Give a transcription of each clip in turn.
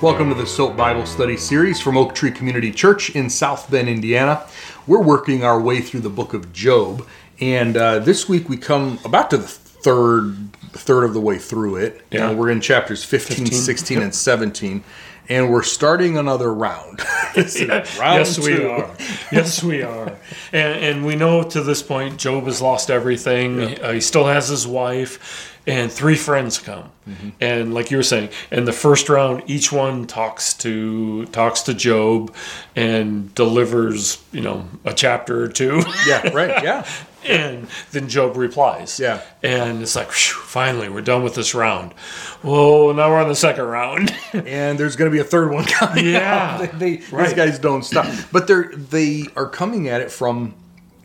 Welcome to the SOAP Bible Study Series from Oak Tree Community Church in South Bend, Indiana. We're working our way through the book of Job, and uh, this week we come about to the third third of the way through it. Yeah. And we're in chapters 15, 16, and 17, and we're starting another round. This is round yes, we two. are. Yes, we are. And, and we know to this point, Job has lost everything. Uh, he still has his wife, and three friends come. And like you were saying, in the first round, each one talks to talks to Job, and delivers you know a chapter or two. Yeah, right, yeah. And then Job replies. Yeah. And it's like, phew, finally, we're done with this round. Whoa, now we're on the second round. and there's going to be a third one coming. Yeah. out. They- they- these Right. guys don't stop, but they're they are coming at it from,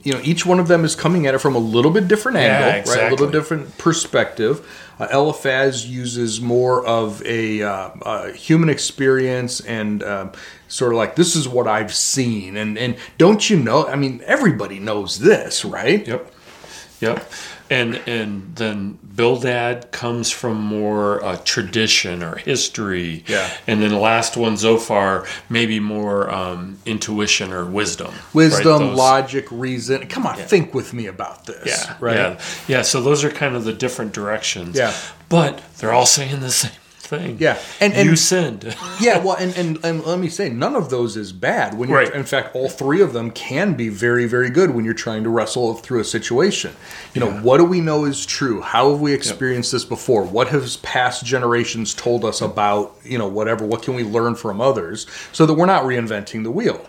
you know, each one of them is coming at it from a little bit different angle, right? A little exactly. different perspective. Uh, Eliphaz uses more of a uh, uh, human experience and. Um, Sort of like this is what I've seen, and and don't you know? I mean, everybody knows this, right? Yep. Yep. And and then Bildad comes from more uh, tradition or history. Yeah. And then the last one, Zophar, maybe more um, intuition or wisdom. right? Wisdom, Those- logic, reason. Come on, think with me about this. Yeah. right. Yeah. Yeah. So those are kind of the different directions. Yeah. But they're all saying the same thing. Yeah. And- And, and- you sinned. yeah well and, and and let me say none of those is bad when you Right. in fact all three of them can be very very good when you're trying to wrestle through a situation you know what do we know is true how have we experienced this before what has past generations told us about you know whatever what can we learn from others so that we're not reinventing the wheel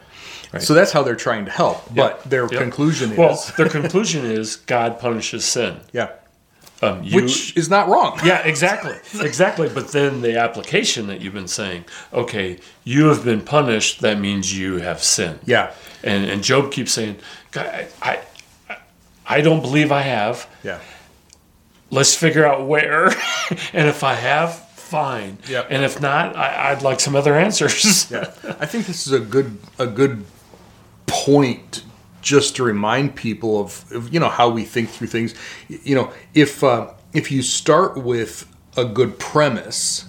so that's how they're trying to help but their Yep. conclusion is Well, their conclusion is God punishes sin. yeah Um, you, which is not wrong Yeah, exactly. Exactly. But then the application that you've been saying, okay, you have been punished, that means you have sinned. yeah And and Job keeps saying, God, I, I I don't believe I have. yeah Let's figure out where. and if I have, fine. Yep. And if not, I, I'd like some other answers. yeah. I think this is a good a good point just to remind people of, of you know how we think through things. Y- You know, if uh, if you start with a good premise,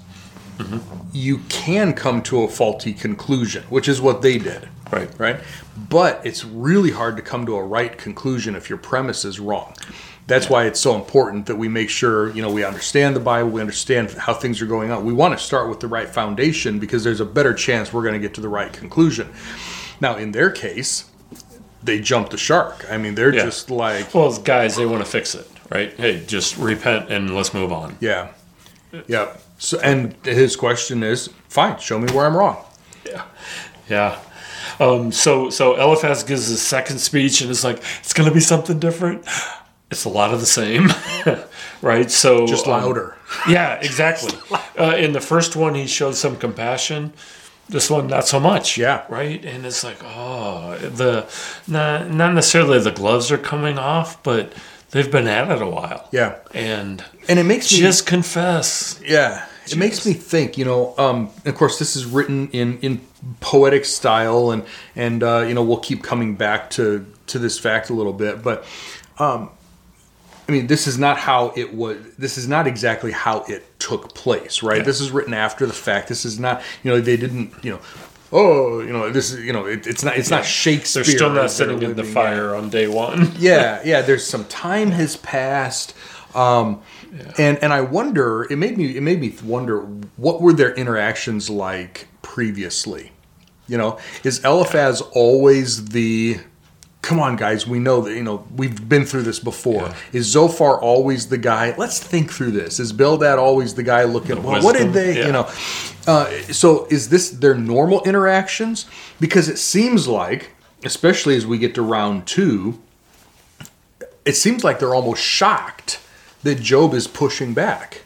you can come to a faulty conclusion, which is what they did, Right. right? But it's really hard to come to a right conclusion if your premise is wrong. That's why it's so important that we make sure you know we understand the Bible, we understand how things are going on. We want to start with the right foundation because there's a better chance we're going to get to the right conclusion. Now, in their case, they jumped the shark. I mean, they're Yeah. just like, Well, guys, they want to fix it, right? Hey, just repent and let's move on. yeah, yeah. So, and his question is, fine, show me where I'm wrong. Yeah. Um, so so Eliphaz gives his second speech and it's like it's gonna be something different. It's a lot of the same, right? So Just um, louder. yeah, exactly. Uh, in the first one, he showed some compassion. This one, not so much. Yeah. Right. And it's like, oh, the not, not necessarily the gloves are coming off, but they've been at it a while. Yeah, And and it makes me just confess. Yeah, it makes me think. You know, um, of course, this is written in in poetic style, and and uh, you know we'll keep coming back to to this fact a little bit, but. Um, I mean, this is not how it was. This is not exactly how it took place, right? This is written after the fact. This is not, you know, they didn't, you know, oh, you know, this is, you know, it, it's not, it's not Shakespeare. They're still not as they're sitting in the living fire on day one. yeah, yeah. There's some time has passed, um, and and I wonder. It made me it made me wonder what were their interactions like previously. You know, is Eliphaz always the come on guys we know that you know we've been through this before is zophar always the guy let's think through this is bildad always the guy looking well, what did wisdom, they yeah. you know uh, so is this their normal interactions because it seems like especially as we get to round two it seems like they're almost shocked that Job is pushing back.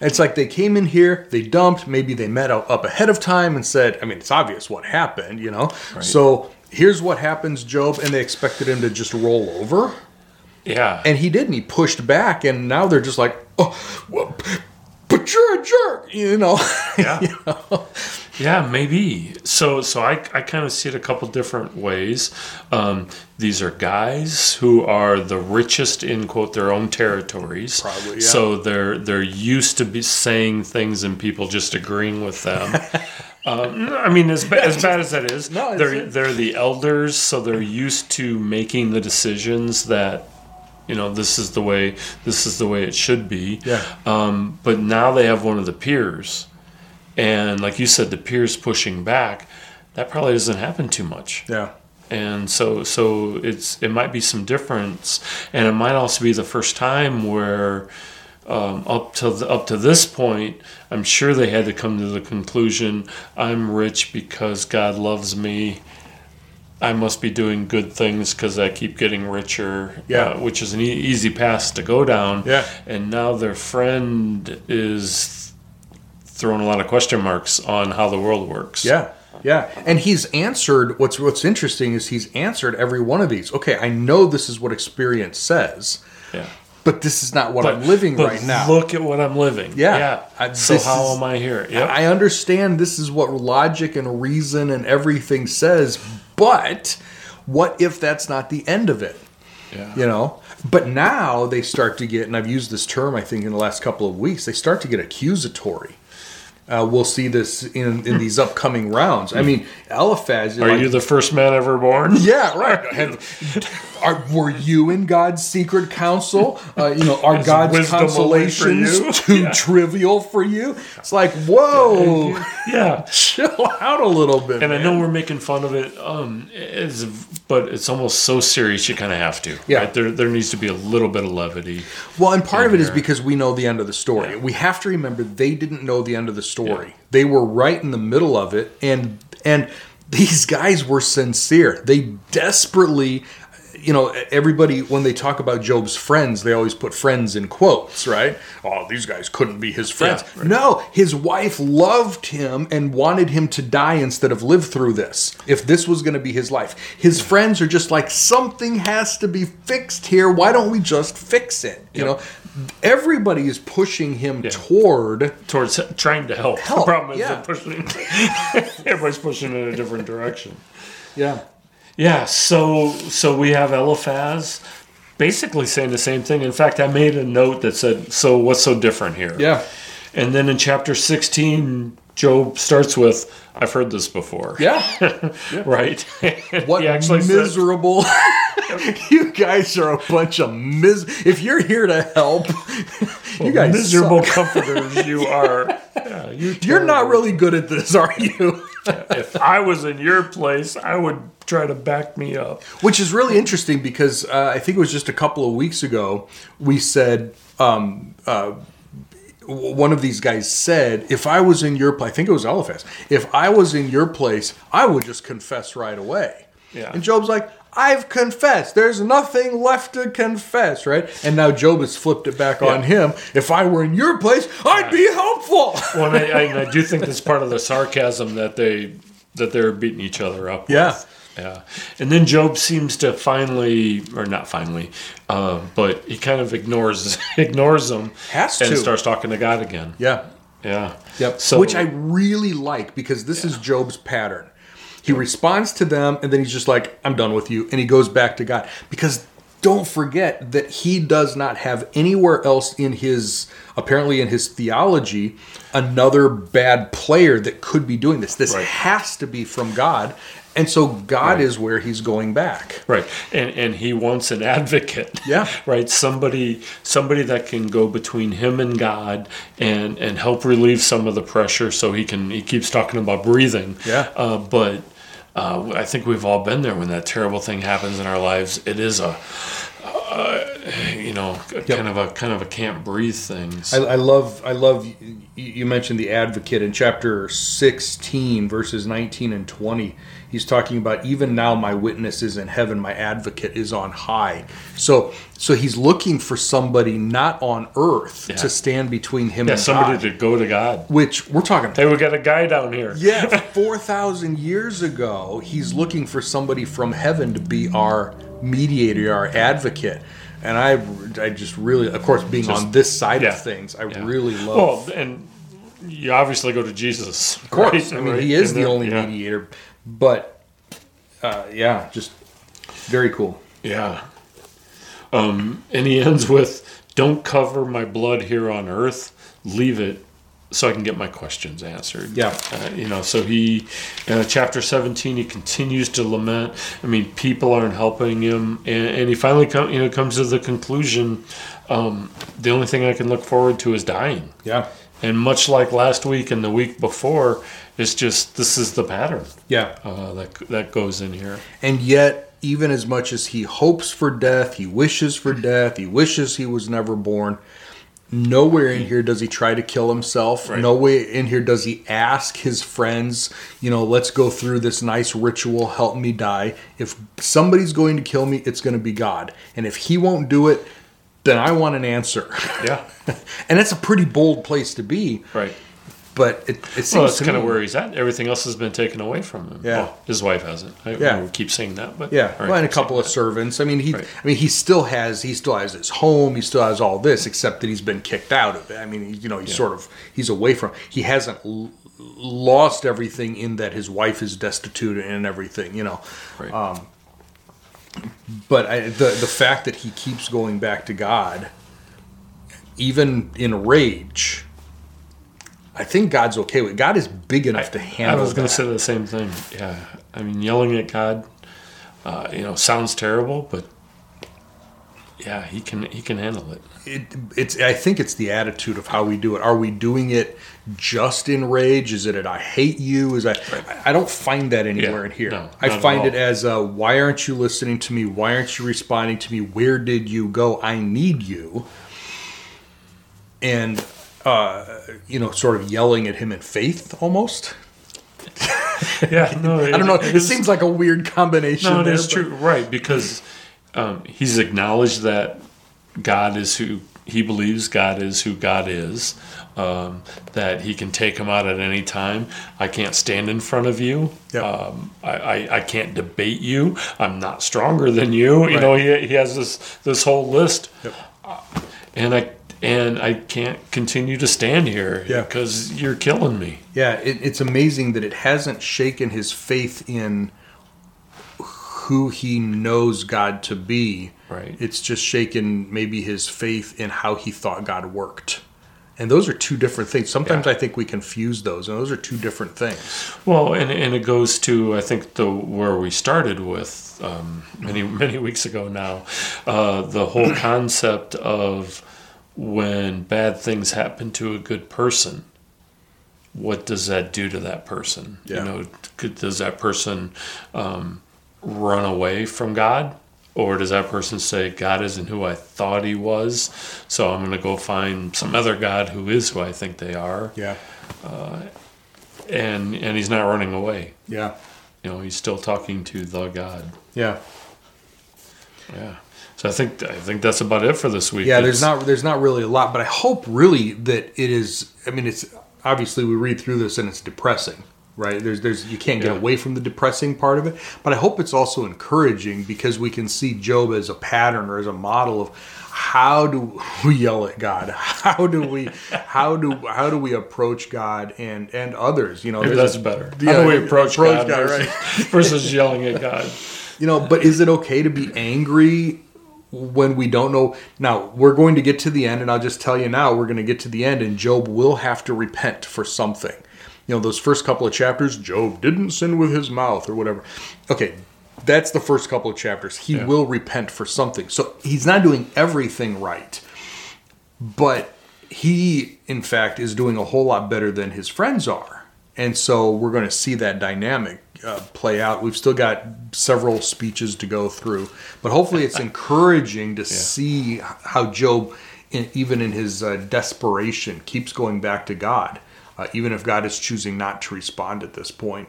It's like they came in here, they dumped, maybe they met up up ahead of time and said, I mean, it's obvious what happened, you know? So here's what happens, Job, and they expected him to just roll over. Yeah. And he didn't. He pushed back, and now they're just like, oh, well, but you're a jerk, you know. Yeah. Yeah, maybe. So, so I, I kind of see it a couple different ways. Um, these are guys who are the richest in quote their own territories. Probably, yeah. So they're they're used to be saying things and people just agreeing with them. um, I mean, as, ba- as bad as that is, No, it's- they're they're the elders, so they're used to making the decisions that you know this is the way this is the way it should be. Yeah. Um, but now they have one of the peers, and like you said, the peers pushing back. That probably doesn't happen too much yeah. and so so it's it might be some difference and it might also be the first time where um, up to the, up to this point i'm sure they had to come to the conclusion i'm rich because god loves me i must be doing good things because i keep getting richer Yeah. uh, which is an e- easy path to go down Yeah. and now their friend is throwing a lot of question marks on how the world works Yeah. Yeah. And he's answered what's what's interesting is he's answered every one of these. Okay, I know this is what experience says, yeah but this is not what I'm living but right now. Look at what I'm living. Yeah. I- Yeah. so this how is- am I here? Yep. I understand this is what logic and reason and everything says, but what if that's not the end of it? yeah. You know? But now they start to get, and I've used this term, I think, in the last couple of weeks, they start to get accusatory. Uh, we'll see this in, in these upcoming rounds. I mean, Eliphaz. Are like- you the first man ever born? Yeah, right. Have, are, were you in God's secret counsel? Uh, you know, are Is God's wisdom only for you? consolations too Yeah. trivial for you? It's like, whoa, Yeah. chill out a little bit. And I man. know we're making fun of it, um, it's, but it's almost so serious you kind of have to. Yeah. Right? There, there needs to be a little bit of levity. Well, and part of it is because we know the end of the story. We have to remember they didn't know the end of the story. They were right in the middle of it, and and these guys were sincere. They desperately, you know, everybody when they talk about Job's friends, they always put friends in quotes, right? Oh, these guys couldn't be his friends. Yeah, right. No, his wife loved him and wanted him to die instead of live through this. If this was going to be his life, his friends are just like something has to be fixed here. Why don't we just fix it? You Yep. know, everybody is pushing him toward. Towards trying to help. Help, The problem is yeah. they're pushing. everybody's pushing in a different direction. Yeah. Yeah, so so we have Eliphaz basically saying the same thing. In fact, I made a note that said, "So what's so different here?" Yeah. And then in chapter 16, Job starts with, "I've heard this before." Yeah. right. What He actually said- miserable. you guys are a bunch of mis. If you're here to help, you guys miserable suck. comforters you are. Yeah, you You're not terrible. really good at this, are you? If I was in your place, I would try to back me up. Which is really interesting because uh, I think it was just a couple of weeks ago we said um, uh, w- one of these guys said, "If I was in your place, I think it was Eliphaz. If I was in your place, I would just confess right away." Yeah. And Job's like, "I've confessed. There's nothing left to confess, right?" And now Job has flipped it back on him. If I were in your place, I'd be helpful. Well, and I, I, and I do think that's part of the sarcasm that they that they're beating each other up. Yeah. With. Yeah, and then Job seems to finally, or not finally, uh, but he kind of ignores ignores them Has and to. starts talking to God again. yeah. Yeah. Yep. So Which I really like because this is Job's pattern. He responds to them and then he's just like, I'm done with you. And he goes back to God. Because don't forget that he does not have anywhere else in his, apparently in his theology, another bad player that could be doing this. This Right. has to be from God. And so God is where he's going back. right, and and he wants an advocate. Yeah. Right. Somebody somebody that can go between him and God and and help relieve some of the pressure. So he can he keeps talking about breathing. Yeah. Uh, but. Uh, I think we've all been there when that terrible thing happens in our lives. It is a, uh, you know, kind of a kind of a can't breathe thing. I, I love, I love. You, you mentioned the advocate in chapter sixteen, verses nineteen and twenty. He's talking about even now, my witness is in heaven, my advocate is on high. So, so he's looking for somebody not on earth Yeah. to stand between him yeah, and somebody God. to go to God. which we're talking. Hey, we got a guy down here. Yeah, four thousand years ago, he's looking for somebody from heaven to be our mediator, our advocate. and I, I just really, of course, being on this side yeah, of things, I yeah. really love. Well, and you obviously go to Jesus. of course, I mean, he is the only yeah. mediator, but uh, yeah, just very cool. Yeah. Um, and he ends with, "Don't cover my blood here on earth. Leave it." So I can get my questions answered. Yeah. uh, you know. So he, uh, chapter seventeen, he continues to lament. I mean, people aren't helping him, and, and he finally come, you know, comes to the conclusion: um, the only thing I can look forward to is dying. Yeah, And much like last week and the week before, it's just this is the pattern yeah, uh, that that goes in here. and yet, even as much as he hopes for death, he wishes for death, he wishes he was never born. Nowhere in here does he try to kill himself. Right. Nowhere in here does he ask his friends, you know, let's go through this nice ritual, help me die. If somebody's going to kill me, it's going to be God. And if he won't do it, then I want an answer. Yeah, and that's a pretty bold place to be, right. but it, it seems Well, that's to kind of me- where he's at. Everything else has been taken away from him. Yeah. Well, his wife hasn't. I Yeah. we keep saying that, but Yeah, All well, and a right. couple of servants. I mean, he, Right. I mean, he still has, he still has his home. He still has all this, except that he's been kicked out of it. I mean, you know, he's sort of, he's away from. He hasn't l- lost everything in that his wife is destitute and everything. You know, Right. um, but I, the the fact that he keeps going back to God, even in rage, I think God's okay with. God is big enough to I handle. was going that. to say the same thing. Yeah, I mean, yelling at God, uh, you know, sounds terrible, but yeah, he can he can handle it. it, it's I think it's the attitude of how we do it. Are we doing it just in rage? Is it at I hate you? Is I I don't find that anywhere in Yeah, here. no, not I at find all. it as a, why aren't you listening to me? Why aren't you responding to me? Where did you go? I need you. And uh, you know, sort of yelling at him in faith almost. Yeah, no, I don't know. It, seems like a weird combination. No, it there, is but- true, right? Because um, he's acknowledged that God is who he believes God is who God is. Um, that he can take him out at any time. I can't stand in front of you. Yep. Um, I, I, I can't debate you. I'm not stronger than you. You know, he, he has this this whole list, Uh, and I and I can't continue to stand here Yeah. because you're killing me. Yeah, it, it's amazing that it hasn't shaken his faith in who he knows God to be. Right. It's just shaken maybe his faith in how he thought God worked. And those are two different things. Sometimes Yeah. I think we confuse those, and those are two different things. Well, and, and it goes to I think the where we started with um, many many weeks ago now, uh, the whole concept of when bad things happen to a good person, what does that do to that person? Yeah. You know, could, does that person um, run away from God, or does that person say God isn't who I thought He was, so I'm going to go find some other God who is who I think they are, Yeah, and and He's not running away yeah, you know he's still talking to the god yeah, yeah so i think i think that's about it for this week yeah. There's It's- not there's not really a lot, but I hope really that it is. I mean, it's obviously we read through this and it's depressing, right? There's there's you can't get Yeah. away from the depressing part of it, but I hope it's also encouraging because we can see Job as a pattern or as a model of how do we yell at God? How do we how do how do we approach God and and others? You know, maybe there's- that's better Yeah, how do we approach, approach God, god, versus, versus yelling at god you know but is it okay to be angry when we don't know now we're going to get to the end and i'll just tell you now we're going to get to the end and job will have to repent for something you know those first couple of chapters job didn't sin with his mouth or whatever okay that's the first couple of chapters he will repent for something so he's not doing everything right but he in fact is doing a whole lot better than his friends are and so we're going to see that dynamic uh, play out we've still got several speeches to go through but hopefully it's encouraging to see how job in, even in his uh, desperation keeps going back to god uh, even if god is choosing not to respond at this point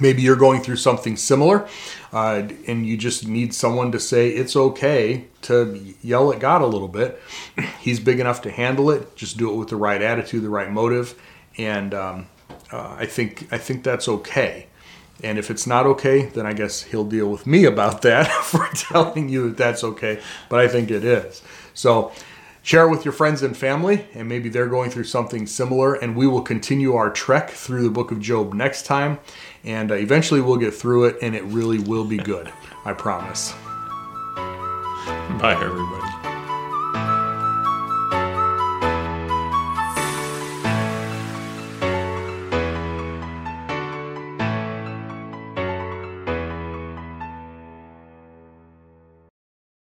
maybe you're going through something similar uh, and you just need someone to say it's okay to yell at god a little bit he's big enough to handle it just do it with the right attitude the right motive and um, uh, i think i think that's okay And if it's not okay, then I guess he'll deal with me about that for telling you that that's okay. But I think it is. So share it with your friends and family, and maybe they're going through something similar. And we will continue our trek through the book of Job next time. And uh, eventually we'll get through it, and it really will be good. I promise. Bye, everybody.